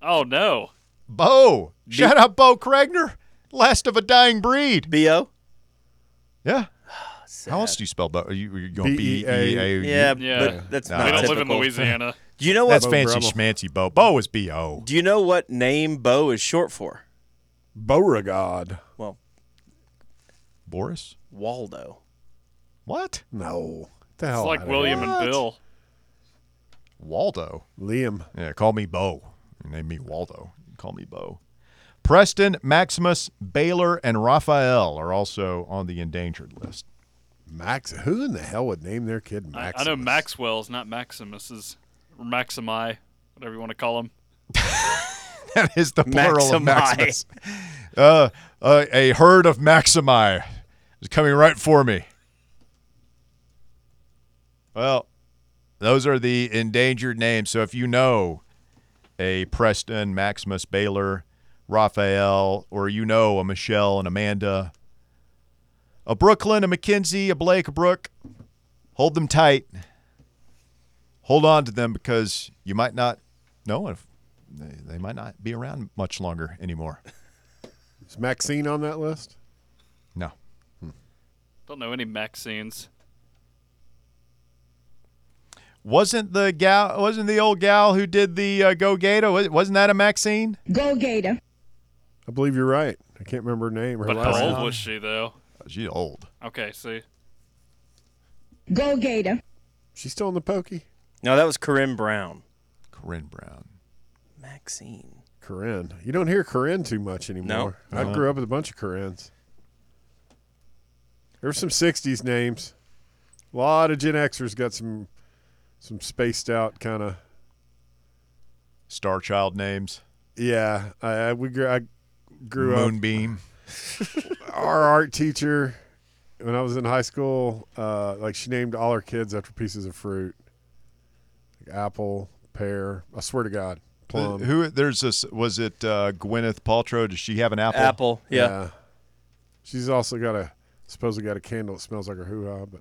C: Oh no,
B: Bo. Shout out Bo Kregner. Last of a dying breed.
E: Bo.
B: Yeah. How else do you spell Bo? Are you, are you going B E
D: B-E-A.
B: A?
E: Yeah,
C: Yeah.
E: but that's
B: No.
E: not
C: we don't live in
E: typical.
D: *laughs*
C: Louisiana.
E: Do you know what?
B: That's fancy
D: Brummel.
B: schmancy Bo. Bo is B O.
E: Do you know what name Bo is short for?
D: Beauregard.
E: Well,
B: Boris?
E: Waldo.
B: What?
D: No. Get The hell
C: It's
D: out
C: like
D: of
C: William and Bill.
B: Waldo.
D: here. Liam.
B: Yeah, call me Bo. Name me Waldo. Call me Bo. Preston, Maximus, Baylor, and Raphael are also on the endangered list. *laughs*
D: Max. Who in the hell would name their kid
C: I,
D: Max?
C: I know Maxwell's, not Maximus's, or Maximi, whatever you want to call him.
B: That is the plural of
E: Maximi.
B: Maximus. Uh, uh, a herd of Maximi is coming right for me. Well, those are the endangered names. So if you know a Preston, Maximus, Baylor, Raphael, or you know a Michelle and Amanda, a Brooklyn, a McKenzie, a Blake, a Brooke, hold them tight. Hold on to them because you might not know if they, they might not be around much longer anymore.
D: Is Maxine on that list?
B: No.
C: Don't know any Maxines.
B: Wasn't the gal? Wasn't the old gal who did the uh, Go Gator? wa- Wasn't that a Maxine?
G: Go Gator.
D: I believe you're right. I can't remember her name. Her
C: But
D: last
C: how
D: name.
C: old was she though?
B: She's old.
C: Okay, see,
G: Go Gator.
D: She's still in the pokey.
E: No, that was Corinne Brown.
B: Corinne Brown.
E: Maxine.
D: Corinne. You don't hear Corinne too much anymore. I grew up with a bunch of Corinnes. There were some '60s names. A lot of Gen Xers got some some spaced out kind of.
B: Star Child names.
D: Yeah, I, I we grew, I grew up.
B: Moonbeam.
D: Our art teacher, when I was in high school, uh, like she named all her kids after pieces of fruit, like apple, pear. I swear to God, plum.
B: Who? There's this. Was it uh, Gwyneth Paltrow? Does she have an apple?
E: Apple. Yeah.
D: Uh, She's also got a supposedly got a candle that smells like a hoo ha, but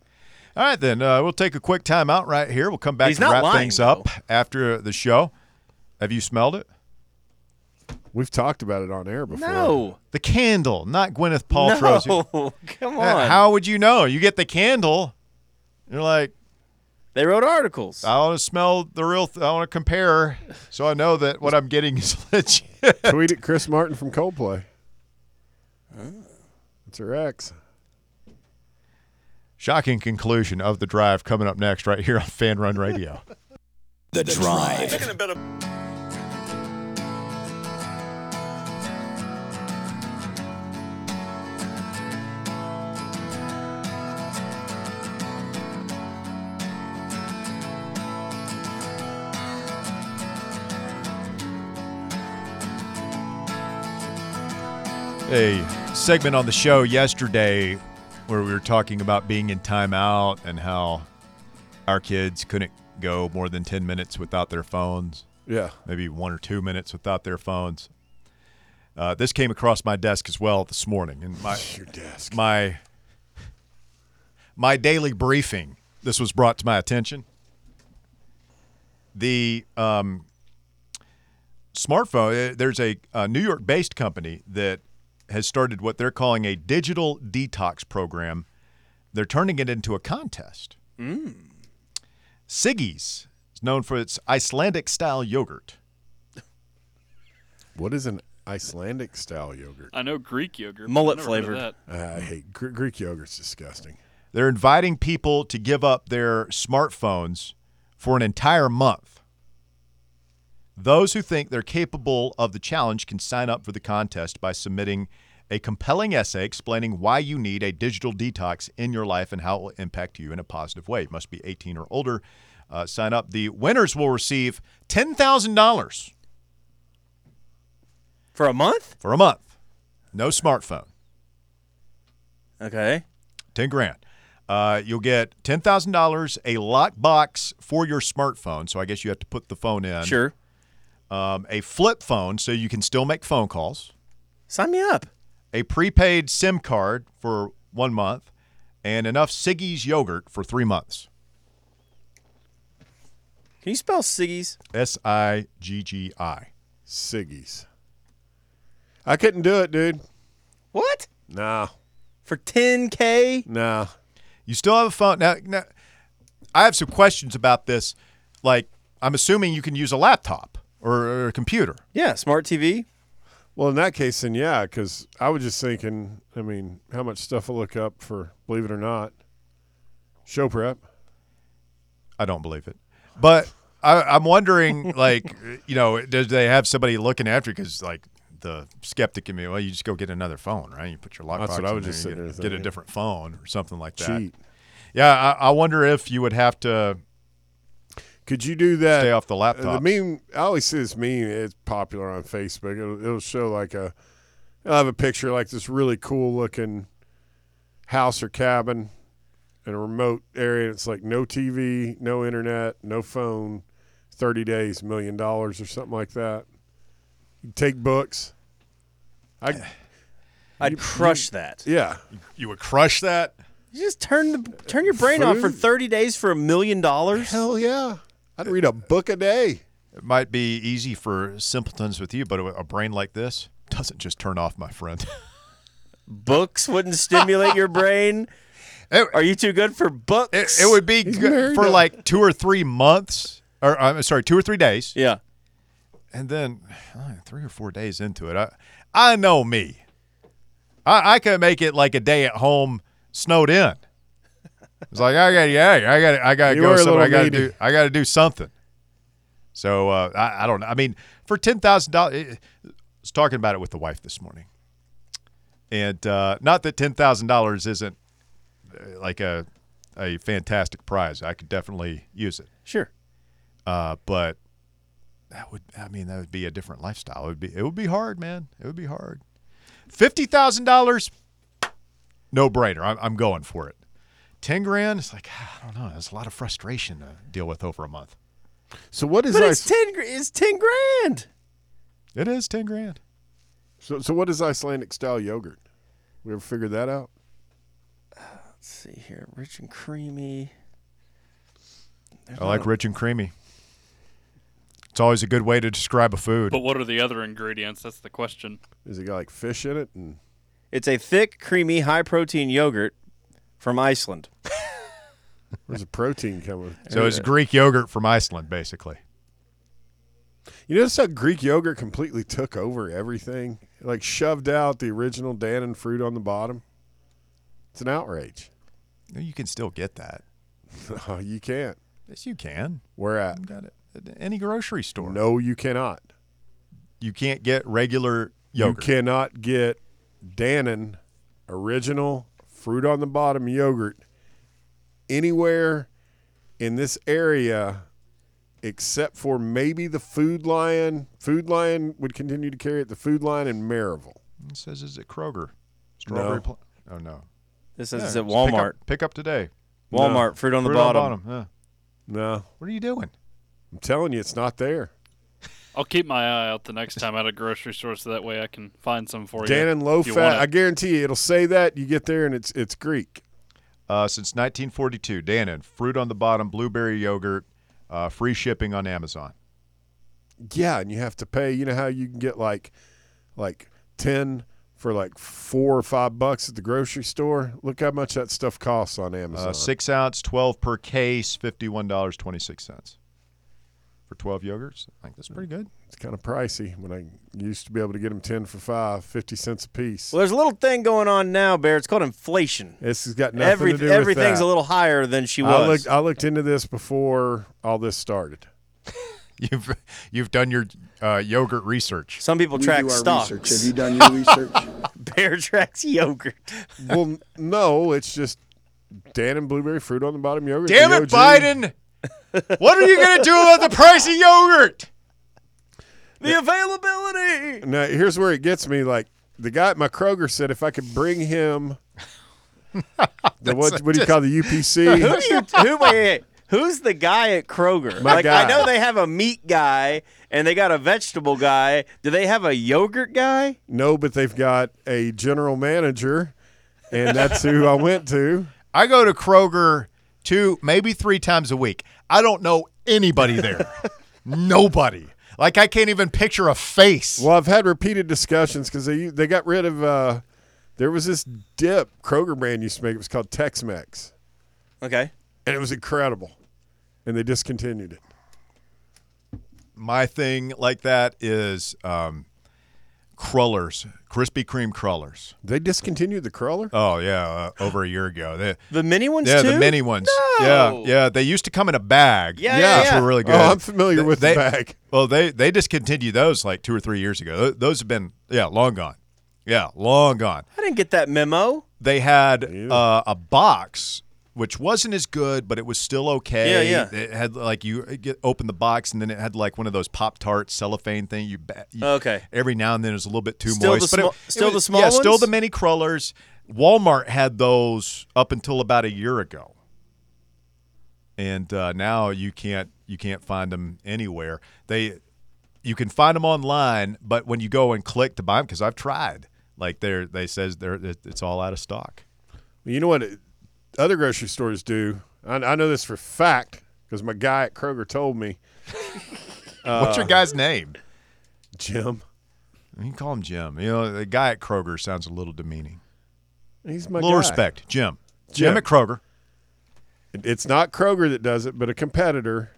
B: All right, then uh, we'll take a quick time out right here. We'll come back
E: He's
B: and
E: not
B: wrap
E: lying,
B: things up after the show. Have you smelled it?
D: we've talked about it on air before.
E: No.
B: The candle, not Gwyneth Paltrow's.
E: No. *laughs* Come
B: Uh,
E: on.
B: How would you know? You get the candle. You're like,
E: they wrote articles.
B: I want to smell the real. Th- I want to compare, so I know that what I'm getting is *laughs* legit.
D: *laughs* Tweet at Chris Martin from Coldplay.
E: Oh.
D: It's her ex.
B: Shocking conclusion of the drive coming up next, right here on Fan Run Radio.
A: The Drive.
B: a segment on the show yesterday where we were talking about being in timeout and how our kids couldn't go more than 10 minutes without their phones,
D: Yeah.
B: maybe one or two minutes without their phones. Uh, this came across my desk as well this morning, and my
D: Your desk.
B: my my daily briefing. This was brought to my attention. The um, smartphone. eh, There's a, uh New York-based company that has started what they're calling a digital detox program. They're turning it into a contest. Siggy's is known for its Icelandic-style yogurt.
D: What is an Icelandic style yogurt? Uh,
C: I know Greek yogurt. but
E: Mullet
C: I never heard of
E: flavored.
C: that.
D: I hate Gr- Greek yogurt's disgusting.
B: They're inviting people to give up their smartphones for an entire month. Those who think they're capable of the challenge can sign up for the contest by submitting a compelling essay explaining why you need a digital detox in your life and how it will impact you in a positive way. You must be 18 or older. Uh, sign up. The winners will receive $10,000
E: For a month?
B: for a month. No smartphone.
E: Okay.
B: 10 grand. Uh, you'll get $10,000, a lockbox for your smartphone. So I guess you have to put the phone in.
E: Sure.
B: Um, a flip phone so you can still make phone calls,
E: Sign me up.
B: a prepaid SIM card for one month, and enough Siggy's yogurt for three months.
E: Can you spell Siggy's?
B: S I G G I.
D: Siggy's. I couldn't do it, dude.
E: What?
D: Nah,
E: For 10K?
D: nah.
B: You still have a phone. Now, now, I have some questions about this. Like, I'm assuming you can use a laptop or, or a computer.
E: Yeah, smart TV.
D: Well, in that case, then yeah, because I was just thinking. I mean, how much stuff I look up for? Believe it or not, show prep.
B: I don't believe it. But I, I'm
D: *laughs*
B: wondering, like, you know, does they have somebody looking after? Because like the skeptic in me, well, you just go get another phone, right? You put your lockbox.
D: That's what
B: in
D: I was
B: there,
D: just
B: you
D: sitting
B: get,
D: there
B: get a
D: thinking.
B: different phone or something like that.
D: Cheat.
B: Yeah, I, I wonder if you would have to
D: Could you do that?
B: stay off the
D: Uh,
B: laptop.
D: The meme, I always see this meme. It's popular on Facebook. It'll, it'll show like a, I'll have a picture like this really cool looking house or cabin in a remote area. It's like no TV, no internet, no phone, 30 days, million dollars or something like that. You take books. I,
E: I'd crush that.
D: yeah.
B: you would crush that.
E: You just turn the turn your brain off for
D: Food?
E: 30 days for a million dollars?
D: Hell yeah. I'd read a book a day.
B: It might be easy for simpletons with you, but a a brain like this
D: *laughs*
B: doesn't just turn off, my friend.
E: *laughs* Books wouldn't stimulate your brain.
B: It-
E: Are you too good for
B: It,
E: books?
B: it would be good
D: married
B: for
D: up.
B: like two or three months, or I'm sorry, two or three days,
E: Yeah.
B: and then uh, three or four days into it, I I know me. I I could make it like a day at home, snowed in. It's like I got yeah, I got I got to
D: You
B: go.
D: were a
B: somewhere. I
D: little
B: got to
D: needy.
B: do I got to do something. So uh, I I don't know. I mean, for ten thousand dollars, I was talking about it with the wife this morning, and uh, not that ten thousand dollars isn't uh, like a a fantastic prize. I could definitely use it.
E: Sure.
B: Uh, but that would I mean that would be a different lifestyle. It would be it would be hard, man. It would be hard. Fifty thousand dollars, no brainer. I'm, I'm going for it. Ten grand, it's like I don't know. That's a lot of frustration to deal with over a month.
D: So what is
E: But
D: I,
E: it's ten. gr- It's ten grand.
B: It is ten grand.
D: so, so what is Icelandic style yogurt? We ever figured that out?
E: Let's see here, rich and creamy.
B: I like rich and creamy. It's always a good way to describe a food.
C: But what are the other ingredients? That's the question.
D: Is it got like fish in it? And
E: It's a thick, creamy, high-protein yogurt from Iceland.
D: where's the protein coming?
B: So it's Greek yogurt from Iceland, basically.
D: You notice how Greek yogurt completely took over everything? It, like shoved out the original Dannon fruit on the bottom. It's an outrage. *laughs*
B: You can still get that.
D: Oh, you can't.
B: Yes, you can.
D: Where at?
B: Got it at any grocery store.
D: No, you cannot.
B: you can't get regular yogurt.
D: You cannot get Dannon original fruit on the bottom yogurt anywhere in this area except for maybe the Food Lion. Food Lion would continue to carry it. The Food Lion in Maryville.
B: It says is it Kroger? Strawberry
D: No.
B: pla- Oh no.
E: This
B: Yeah,
E: is
B: just
E: at
B: pick
E: Walmart.
B: up- Pick up, today.
E: Walmart fruit on the
B: Fruit
E: bottom.
B: yeah.
D: No,
B: What are you doing?
D: I'm telling you, it's not there.
C: I'll keep my eye out the next time at a grocery store, so that way I can find some for you.
D: Dannon low
C: if you want
D: fat.
C: it.
D: I guarantee you, it'll say that. You get there and it's it's Greek.
B: Uh, since 1942, Dannon fruit on the bottom, blueberry yogurt, uh, free shipping on Amazon.
D: Yeah, and you have to pay. You know how you can get like, like ten for like four or five bucks at the grocery store. Look how much that stuff costs on Amazon.
B: Uh, six ounce, 12 per case, fifty-one dollars twenty-six cents for 12 yogurts. I think that's pretty good. *laughs*
D: It's kind of pricey. When I used to be able to get them ten for five, fifty cents a piece.
E: Well, there's a little thing going on now, Bear. It's called inflation.
D: This has got nothing
E: Every,
D: to do with
E: everything's
D: that.
E: a little higher than she
D: I
E: was.
D: looked. I looked into this before all this started.
B: You've you've done your uh, yogurt research.
E: Some people
H: We
E: track
H: do our
E: stocks.
H: research. Have you done
A: *laughs*
H: your research?
E: *laughs* Bear tracks yogurt.
D: Well, n- no, it's just Dan and blueberry fruit on the bottom yogurt.
B: Damn
D: the
B: it,
E: *laughs*
D: OG.
B: Biden! *laughs* what are you gonna do about the price of yogurt?
E: The availability.
D: Now here's where it gets me. Like the guy at my Kroger said, if I could
B: *laughs*
D: bring him the what, what do you call the
B: *laughs*
E: Who
D: UPC?
E: do you? Who, wait, wait, who's the guy at Kroger?
D: My
E: like I
D: guy.
E: know they have a meat guy and they got a vegetable guy. Do they have a yogurt guy?
D: no, but they've got a general manager, and that's who I went to.
B: I go to Kroger two, maybe three times a week. I don't know anybody
D: *laughs*
B: there. Nobody. Like I can't even picture a face.
D: Well, I've had repeated discussions because they they got rid of. Uh, there was this dip Kroger brand used to make. It was called Tex-Mex,
E: Okay.
D: and it was incredible, and they discontinued it.
B: My thing like that is um, crullers, Krispy Kreme crullers.
D: They discontinued the crawler.
B: Oh yeah, uh, over a year ago. They,
E: The mini ones
B: yeah,
E: too.
B: the mini ones.
E: No.
B: Yeah, yeah. They used to come in a bag.
E: Yeah, yeah,
B: Which
E: yeah.
B: were really good.
D: Oh, I'm familiar with
B: they-
D: the bag.
B: Well, they they discontinued those like two or three years ago. Th- Those have been yeah long gone. Yeah, long gone.
E: I didn't get that memo.
B: they had uh, a box which wasn't as good, but it was still okay.
E: Yeah, yeah.
B: It had like you get, open the box, and then it had like one of those Pop Tart cellophane thing. You, ba- you
E: Okay.
B: Every now and then it was a little bit too
E: Still the
B: moist. but it-
E: small-
B: it
E: still
B: was-
E: the small
B: yeah, still
E: ones?
B: the mini crullers. Walmart had those up until about a year ago, and uh, now you can't you can't find them anywhere. They you can find them online, but when you go and click to buy them, because I've tried, like they're they says they're it- it's all out of stock.
D: You know what it- other grocery stores do? I, I know this for a fact because my guy at Kroger told me,
B: What's your guy's name?
D: Jim.
B: You can call him Jim. You know, the guy at Kroger sounds a little demeaning.
D: He's my
B: A little
D: guy.
B: respect, Jim. Jim at Kroger.
D: It- It's not Kroger that does it, but a competitor.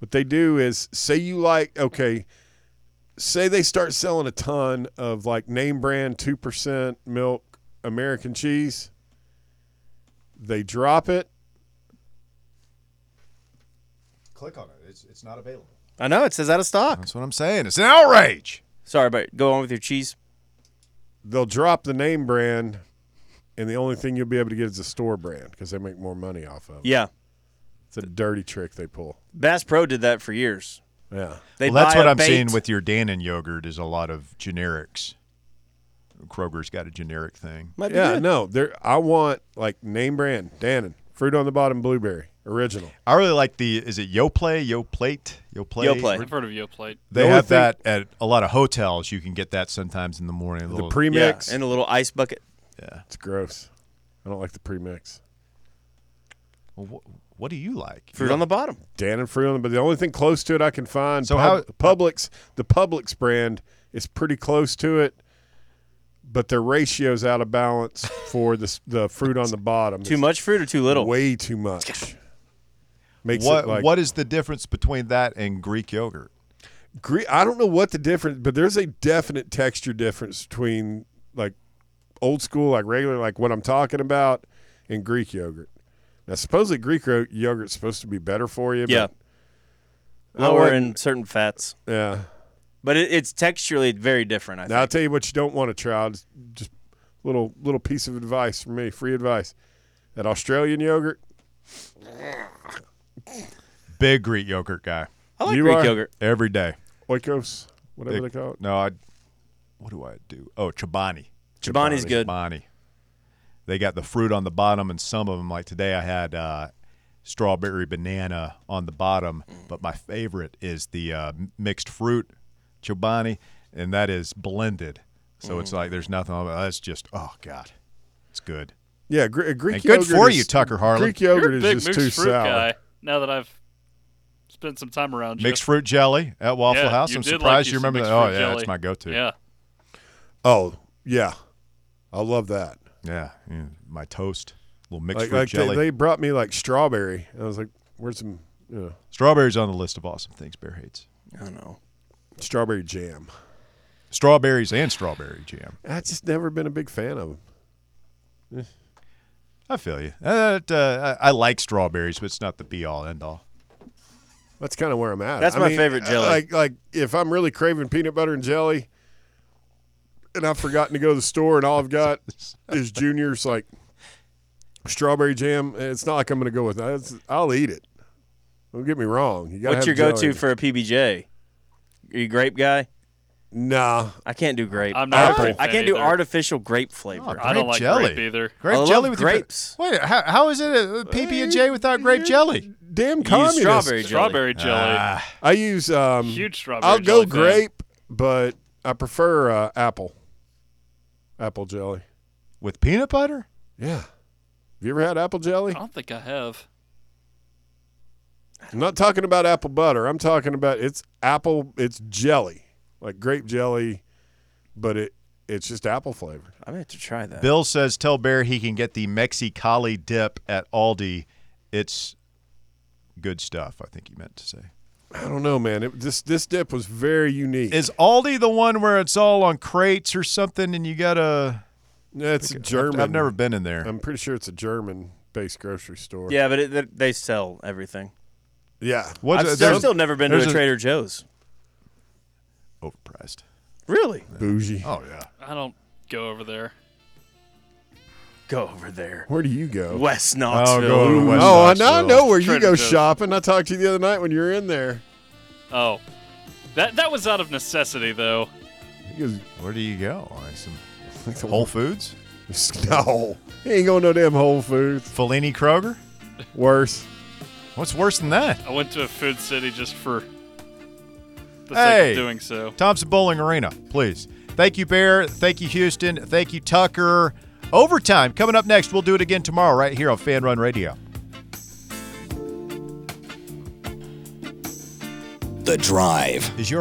D: What they do is say you like okay, say they start selling a ton of like name brand two percent milk American cheese. They drop it.
B: Click on it. It's, it's not available.
E: I know it says out of stock.
B: That's what I'm saying. It's an outrage.
E: Sorry, but go on with your cheese.
D: They'll drop the name brand, and the only thing you'll be able to get is a store brand because they make more money off of it.
E: Yeah,
D: It's a dirty trick they pull.
E: Bass Pro did that for years.
D: Yeah.
E: They
B: well, that's
E: buy
B: what
E: a
B: I'm
E: bait.
B: seeing with your Dannon yogurt is a lot of generics. Kroger's got a generic thing.
E: Might be
D: Yeah,
E: good.
D: no, there. I want like name brand Dannon fruit on the bottom, blueberry original.
B: I really like the is it Yoplait, Yoplait, Yoplait.
E: Yoplait.
C: I've heard of Yoplait.
B: They
D: The only
B: have
D: thing-
B: that at a lot of hotels. You can get that sometimes in the morning. a
D: The
B: little-
E: Yeah,
D: premix.
E: and a little ice bucket.
D: it's gross. I don't like the premix.
B: Well, wh- what, do you like?
E: Fruit on the bottom.
D: Dannon fruit on the, but the only thing close to it I can find.
B: So
D: how Publix, the Publix brand is pretty close to it, but their ratio's out of balance for the s- the fruit on the bottom.
E: Too
D: It's
E: much fruit or too little?
D: Way too much. Makes
B: What
D: it like
B: what is the difference between that and Greek yogurt?
D: Gre- I don't know what the difference, but there's a definite texture difference between like old school, like regular, like what I'm talking about, and Greek yogurt. Now, supposedly Greek ro- yogurt's supposed to be better for you.
E: yeah.
D: I
E: Lower
D: wouldn't-
E: in certain fats,
D: But, yeah.
E: but it, it's texturally very different. I
D: Now I'll
E: think.
D: tell you what you don't want to try. It's Just little little piece of advice from me, free advice. That Australian yogurt,
B: Big Greek yogurt guy
E: I like
D: you
E: Greek
D: are-
E: yogurt.
B: every day.
D: oikos, whatever
B: Big-
D: they call it.
B: No, I. What do I do? Oh, Chobani.
E: Chobani's good.
B: Chobani. They got the fruit on the bottom, and some of them, like today, I had uh, strawberry banana on the bottom. But my favorite is the uh, m- mixed fruit Chobani, and that is blended. So
C: Mm.
B: it's like there's nothing. on it. That's just oh god, it's good.
D: Yeah, Gre- Greek
B: And good
D: yogurt
B: for
D: is-
B: you, Tucker Harlan.
D: Greek yogurt
C: You're a
D: is
C: big
D: just
C: mixed
D: too
C: fruit
D: sour.
C: guy. Now that I've spent some time around you,
B: Mixed fruit jelly at Waffle
C: Yeah,
B: House.
C: you
B: I'm
C: did like
B: surprised
C: you
B: you
C: some
B: remember
C: mixed
B: that. Oh
C: fruit
B: yeah,
C: jelly.
B: it's my go-to.
C: yeah,
D: Oh yeah, I love that.
B: yeah, yeah. My toast, little mixed
D: like,
B: fruit
D: like
B: jelly.
D: They, they brought me like strawberry. And I was like, "Where's some you know,
B: Strawberries on the list of awesome things Bear hates.
E: I don't know.
D: strawberry jam?"
B: Strawberries and strawberry jam.
D: I just never been a big fan of them.
B: I feel you. Uh, it, uh, I I like strawberries, but it's not the be all end all.
D: That's kind of where I'm at.
E: That's
D: I
E: my
D: mean,
E: favorite jelly.
D: Like like if I'm really craving peanut butter and jelly, and I've forgotten to go to the store, and all
B: *laughs*
D: I've got is Junior's like strawberry jam. It's not like I'm going to go with that. It's- I'll eat it. Don't get me wrong. You gotta
E: What's your
D: have
E: go-to
D: jelly.
E: for a PBJ? Are you a grape guy?
D: Nah,
E: I can't do grape.
C: I'm not
D: a grape
E: I
C: fan
E: can't do
C: either.
E: artificial grape flavor.
C: I don't like grape either.
B: Oh, Grape
E: I love
B: jelly with your-
E: grapes.
B: Wait, how, how is it a PB and J without grape jelly?
E: You
D: damn
E: use
D: communist.
E: strawberry jelly.
C: strawberry jelly.
B: Ah,
D: I use um,
C: Huge strawberry.
D: I'll
C: jelly
D: go
C: fan.
D: grape, but I prefer uh, apple. Apple jelly.
B: with peanut butter?
D: Yeah. Have you ever had apple jelly?
C: I don't think I have.
D: I'm not talking about apple butter. I'm talking about it's apple. It's jelly, like grape jelly, but it it's just apple flavored.
E: I'm gonna have to try that.
B: Bill says tell Bear he can get the Mexicali dip at Aldi. It's good stuff. I think he meant to say.
D: I don't know, man. It, this this dip was very unique.
B: Is Aldi the one where it's all on crates or something, and you gotta?
D: it's a German.
B: I've never been in there.
D: I'm pretty sure it's a German based grocery store.
E: Yeah, but it, th- they sell everything.
D: Yeah.
B: What's-
E: I've,
B: uh, there's-
E: I've still never been to a
B: there's a-
E: Trader Joe's.
B: overpriced.
E: Really?
D: Bougie.
B: Oh yeah.
C: I don't go over there.
E: Go over there,
D: Where do you go?
E: West Knoxville.
B: Oh, go over to West
D: Oh, I now I
B: Knoxville.
D: know where you
C: Trader
D: go
C: Joe's.
D: shopping. I talked to you the other night when you were in there.
C: Oh, that that was out of necessity though.
D: He goes,
B: Where do you go? Like some Whole Foods,
D: *laughs* No, he ain't going no damn Whole Foods.
B: Fellini Kroger.
D: Worse.
B: What's worse than that?
C: I went to a food city just for the sake
B: Hey.
C: of doing so.
B: Thompson Bowling Arena, please. Thank you, Bear. Thank you, Houston. Thank you, Tucker. Overtime coming up next. We'll do it again tomorrow, right here on Fan Run Radio.
A: The Drive.
B: Is your